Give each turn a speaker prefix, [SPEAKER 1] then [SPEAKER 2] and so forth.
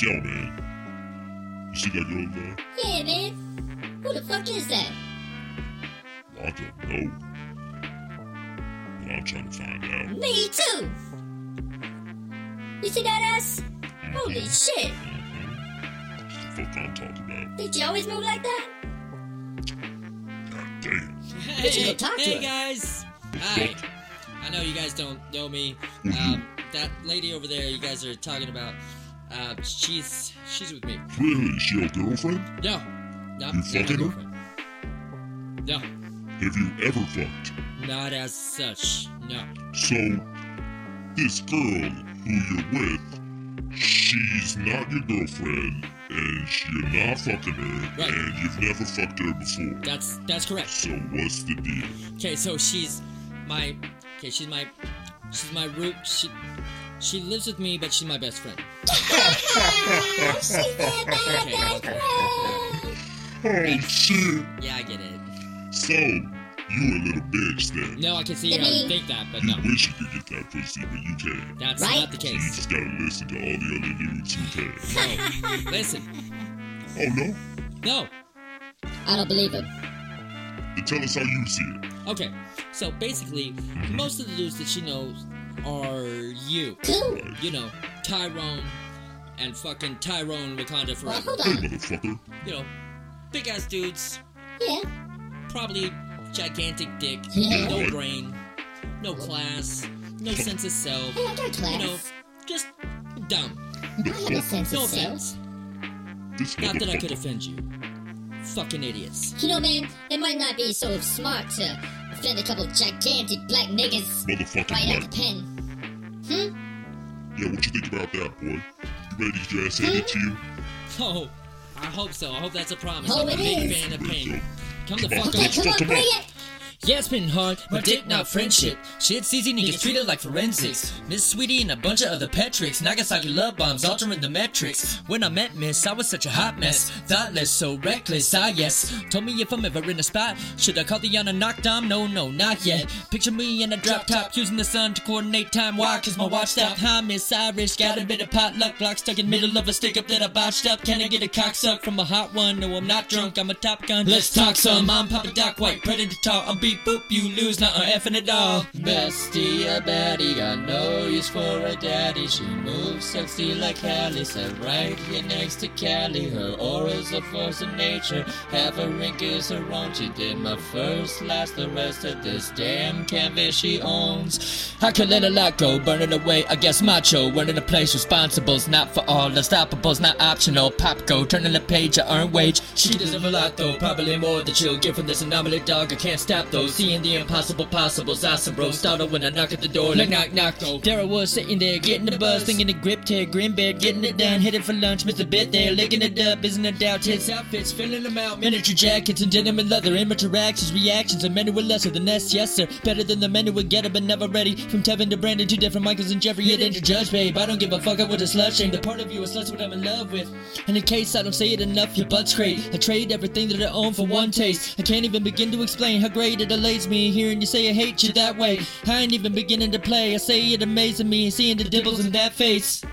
[SPEAKER 1] Yo, man. You see that girl there?
[SPEAKER 2] Yeah, man. Who the fuck is that?
[SPEAKER 1] I don't know. But I'm trying to find out.
[SPEAKER 2] Me too. You see that ass? Holy shit.
[SPEAKER 1] What the fuck I'm talking about?
[SPEAKER 2] Did you always move like that?
[SPEAKER 1] God damn.
[SPEAKER 3] Hey,
[SPEAKER 2] should go talk to
[SPEAKER 3] hey
[SPEAKER 2] her.
[SPEAKER 3] guys! Hi. I know you guys don't know me.
[SPEAKER 1] Mm-hmm.
[SPEAKER 3] Um, that lady over there, you guys are talking about. Uh, she's she's with me.
[SPEAKER 1] Really? She your girlfriend?
[SPEAKER 3] No, not
[SPEAKER 1] You
[SPEAKER 3] not my
[SPEAKER 1] fucking her?
[SPEAKER 3] girlfriend. No,
[SPEAKER 1] Have you ever fucked?
[SPEAKER 3] not as such. No.
[SPEAKER 1] So, this girl who you're with, she's not your girlfriend, and she- you're not fucking her,
[SPEAKER 3] Right.
[SPEAKER 1] and you've never fucked her before.
[SPEAKER 3] That's that's correct.
[SPEAKER 1] So what's the deal?
[SPEAKER 3] Okay, so she's my okay. She's my she's my root. She she lives with me, but she's my best friend.
[SPEAKER 2] Ah, she said that.
[SPEAKER 3] Okay.
[SPEAKER 2] That's right.
[SPEAKER 1] Oh shit!
[SPEAKER 3] Yeah, I get it.
[SPEAKER 1] So, you a little bitch then.
[SPEAKER 3] No, I can see
[SPEAKER 2] To
[SPEAKER 3] you don't
[SPEAKER 2] me.
[SPEAKER 3] think that, but no,
[SPEAKER 1] You wish you could get that pussy, but you can't.
[SPEAKER 3] that's
[SPEAKER 2] Right?
[SPEAKER 3] not the
[SPEAKER 1] So you
[SPEAKER 3] case.
[SPEAKER 1] just gotta listen to all the other dudes who can.
[SPEAKER 3] No, listen,
[SPEAKER 1] Oh no?
[SPEAKER 3] no.
[SPEAKER 2] I don't believe him.
[SPEAKER 1] Then tell us how you see it.
[SPEAKER 3] Okay, so basically, most of the dudes that she knows are you.
[SPEAKER 2] Cool.
[SPEAKER 3] You know, Tyrone and fucking Tyrone Wakanda
[SPEAKER 2] Well, hold
[SPEAKER 3] forever.
[SPEAKER 1] Hey,
[SPEAKER 2] on.
[SPEAKER 1] motherfucker.
[SPEAKER 3] You know, big ass dudes,
[SPEAKER 2] Yeah.
[SPEAKER 3] probably gigantic dick,
[SPEAKER 2] Yeah.
[SPEAKER 3] no brain, no class, no sense of self.
[SPEAKER 2] Hey, I got
[SPEAKER 3] You know,
[SPEAKER 2] class.
[SPEAKER 3] just dumb.
[SPEAKER 2] I have a sense
[SPEAKER 3] No
[SPEAKER 2] of self.
[SPEAKER 3] offense.
[SPEAKER 1] This
[SPEAKER 3] Not that I could
[SPEAKER 1] motherfucker.
[SPEAKER 3] offend you. Fucking idiots.
[SPEAKER 2] You know, man, it might not be so smart to offend a couple gigantic black niggas
[SPEAKER 1] Motherfucking
[SPEAKER 2] right out
[SPEAKER 1] right.
[SPEAKER 2] the pen. Hmm?
[SPEAKER 1] Yeah, what you think about that, boy? You ready to get your ass handed to you?
[SPEAKER 3] Oh, I hope so. I hope that's a promise.
[SPEAKER 2] Hope
[SPEAKER 3] I'm a
[SPEAKER 2] Oh, it
[SPEAKER 3] big
[SPEAKER 2] is.
[SPEAKER 3] fan of pain. Come the fuck
[SPEAKER 2] Okay,
[SPEAKER 3] up.
[SPEAKER 2] come on, bring it.
[SPEAKER 3] Yes, been hard, but dick not friendship. Shit's easy, niggas treated like forensics. Miss Sweetie and a bunch of other Patricks. Nagasaki love bombs altering the metrics. When I met Miss, I was such a hot mess. Thoughtless, so reckless, ah yes. Told me if I'm ever in a spot, should I call the on a knock dom? No, no, not yet. Picture me in a drop top, using the sun to coordinate time. Why? Cause my watch stopped high, Miss Irish. Got a bit of potluck block stuck in middle of a stick up that I botched up. Can I get a cock suck from a hot one? No, I'm not drunk, I'm a top gun. Let's talk some. I'm Papa Doc White, predator tall. I'm beat boop, you lose, not an effing at all. Bestie, a baddie, got no use for a daddy. She moves sexy like Hallie, sat right here next to Callie. Her aura's a force of nature. Have a rink is her own. She did my first, last, the rest of this damn canvas she owns. I could let a lot go, burn it away. I guess macho, running a place responsible's not for all. Unstoppable's not optional. Pop go, turning the page, I earn wage. She deserve a lot though, probably more than she'll get from this anomaly dog. I can't stop though, seeing the impossible possible. Awesome bro, startled when I knock at the door like knock knock though. There I was sitting there, getting the buzz, thinking the grip tear, grin bed, getting it done, hit it for lunch, missed a bit there, licking it up, isn't a doubt. Hits outfits, filling them out, miniature jackets and denim and leather, immature actions, reactions, and many were lesser than this, yes sir. Better than the men who would get up and never ready. From Tevin to Brandon, two different Michaels and Jeffrey, it ain't your judge, babe. I don't give a fuck, I would a slut shame. The part of you is less what I'm in love with. And in case I don't say it enough, your butt's great. I trade everything that I own for one taste. I can't even begin to explain how great it elates me hearing you say I hate you that way. I ain't even beginning to play. I say it amazing me seeing the dimples in that face.